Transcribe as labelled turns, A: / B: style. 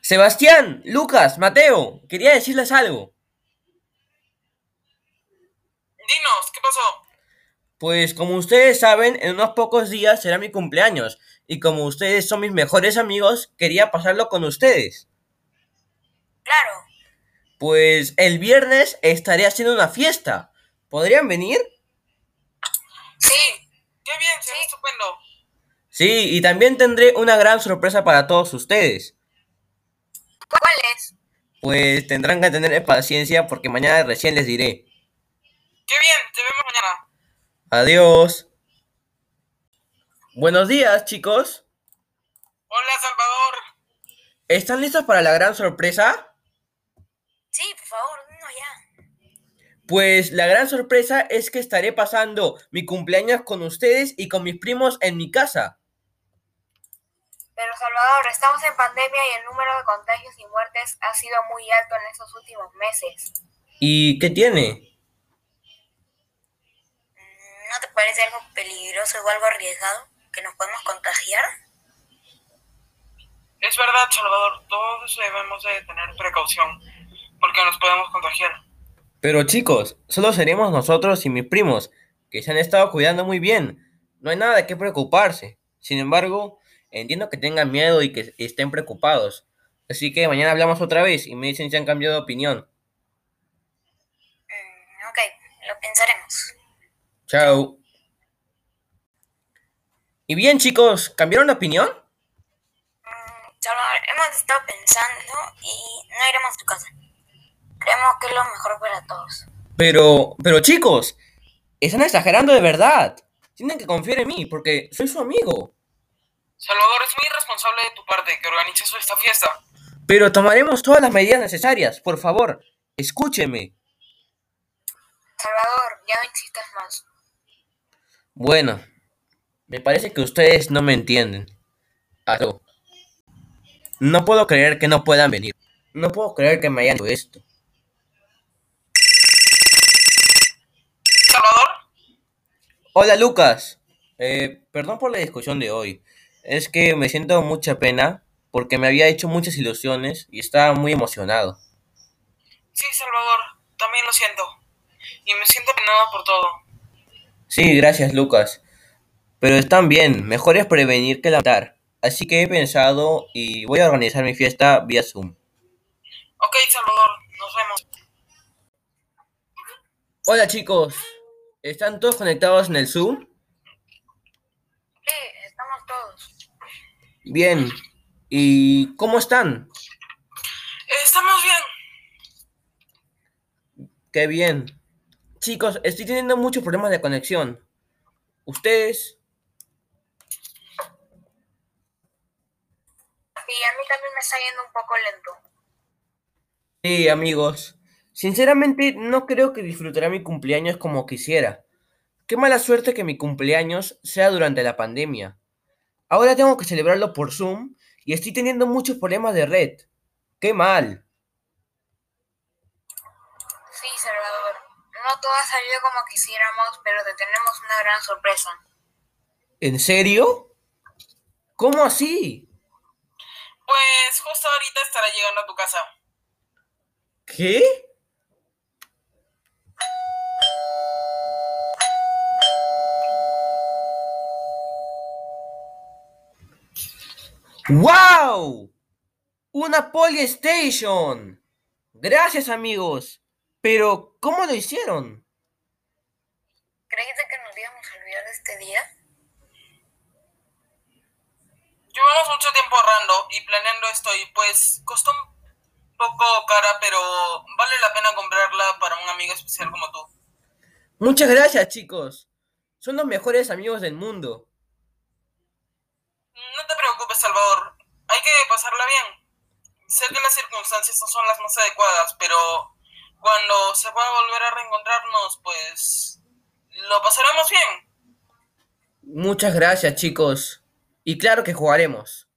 A: Sebastián, Lucas, Mateo, quería decirles algo.
B: Dinos, ¿qué pasó?
A: Pues como ustedes saben, en unos pocos días será mi cumpleaños y como ustedes son mis mejores amigos, quería pasarlo con ustedes.
C: Claro,
A: Pues el viernes estaré haciendo una fiesta. ¿Podrían venir?
B: Sí. Qué bien, será estupendo.
A: Sí, y también tendré una gran sorpresa para todos ustedes.
C: ¿cuál es?
A: Pues tendrán que tener paciencia porque mañana recién les diré.
B: Qué bien, te vemos mañana.
A: Adiós. Buenos días, chicos.
B: Hola, Salvador.
A: ¿Están listos para la gran sorpresa?
C: Sí, por favor, no ya.
A: Pues la gran sorpresa es que estaré pasando mi cumpleaños con ustedes y con mis primos en mi casa.
C: Pero Salvador, estamos en pandemia y el número de contagios y muertes ha sido muy alto en estos últimos meses.
A: ¿Y qué tiene?
C: Mm, ¿No te parece algo peligroso o algo arriesgado que nos podemos contagiar?
B: Es verdad, Salvador, todos debemos de tener precaución porque nos podemos contagiar.
A: Pero chicos, solo seremos nosotros y mis primos, que se han estado cuidando muy bien. No hay nada de qué preocuparse. Sin embargo, entiendo que tengan miedo y que estén preocupados. Así que mañana hablamos otra vez y me dicen si han cambiado de opinión.
C: Mm, ok, lo pensaremos.
A: Chao. Y bien chicos, ¿cambiaron de opinión?
C: Mm, Salvador, hemos estado pensando y no iremos a tu casa. Creemos que es lo mejor para todos.
A: Pero, pero chicos, están exagerando de verdad. Tienen que confiar en mí porque soy su amigo.
B: Salvador, es muy irresponsable de tu parte que organices esta fiesta.
A: Pero tomaremos todas las medidas necesarias. Por favor, escúcheme.
C: Salvador, ya no insistas más.
A: Bueno, me parece que ustedes no me entienden. Ah, no. No puedo creer que no puedan venir. No puedo creer que me hayan hecho esto.
B: Salvador,
A: Hola Lucas. Eh, perdón por la discusión de hoy. Es que me siento mucha pena porque me había hecho muchas ilusiones y estaba muy emocionado.
B: sí, Salvador, también lo siento. Y me siento penado por todo.
A: Sí, gracias Lucas. Pero están bien, mejor es prevenir que lamentar. Así que he pensado y voy a organizar mi fiesta vía Zoom.
B: Ok, Salvador, nos vemos.
A: Hola chicos, ¿están todos conectados en el Zoom?
C: Sí, estamos todos.
A: Bien, ¿y cómo están?
B: Estamos bien.
A: Qué bien. Chicos, estoy teniendo muchos problemas de conexión. ¿Ustedes?
C: Y a mí también me está yendo un poco lento.
A: Sí, amigos. Sinceramente, no creo que disfrutará mi cumpleaños como quisiera. Qué mala suerte que mi cumpleaños sea durante la pandemia. Ahora tengo que celebrarlo por Zoom y estoy teniendo muchos problemas de red. Qué mal.
C: Sí, Salvador. No todo ha salido como quisiéramos, pero te tenemos una gran sorpresa.
A: ¿En serio? ¿Cómo así?
B: Pues justo ahorita estará llegando a tu casa.
A: ¿Qué? ¡Wow! Una Polystation. Gracias amigos. Pero, ¿cómo lo hicieron?
C: ¿Creíste que nos íbamos a olvidar de este día?
B: Llevamos mucho tiempo ahorrando y planeando esto y pues costó un poco cara, pero vale la pena comprarla para un amigo especial como tú.
A: Muchas gracias chicos. Son los mejores amigos del mundo.
B: No te preocupes, Salvador. Hay que pasarla bien. Sé que las circunstancias no son las más adecuadas, pero cuando se pueda volver a reencontrarnos, pues lo pasaremos bien.
A: Muchas gracias chicos. Y claro que jugaremos.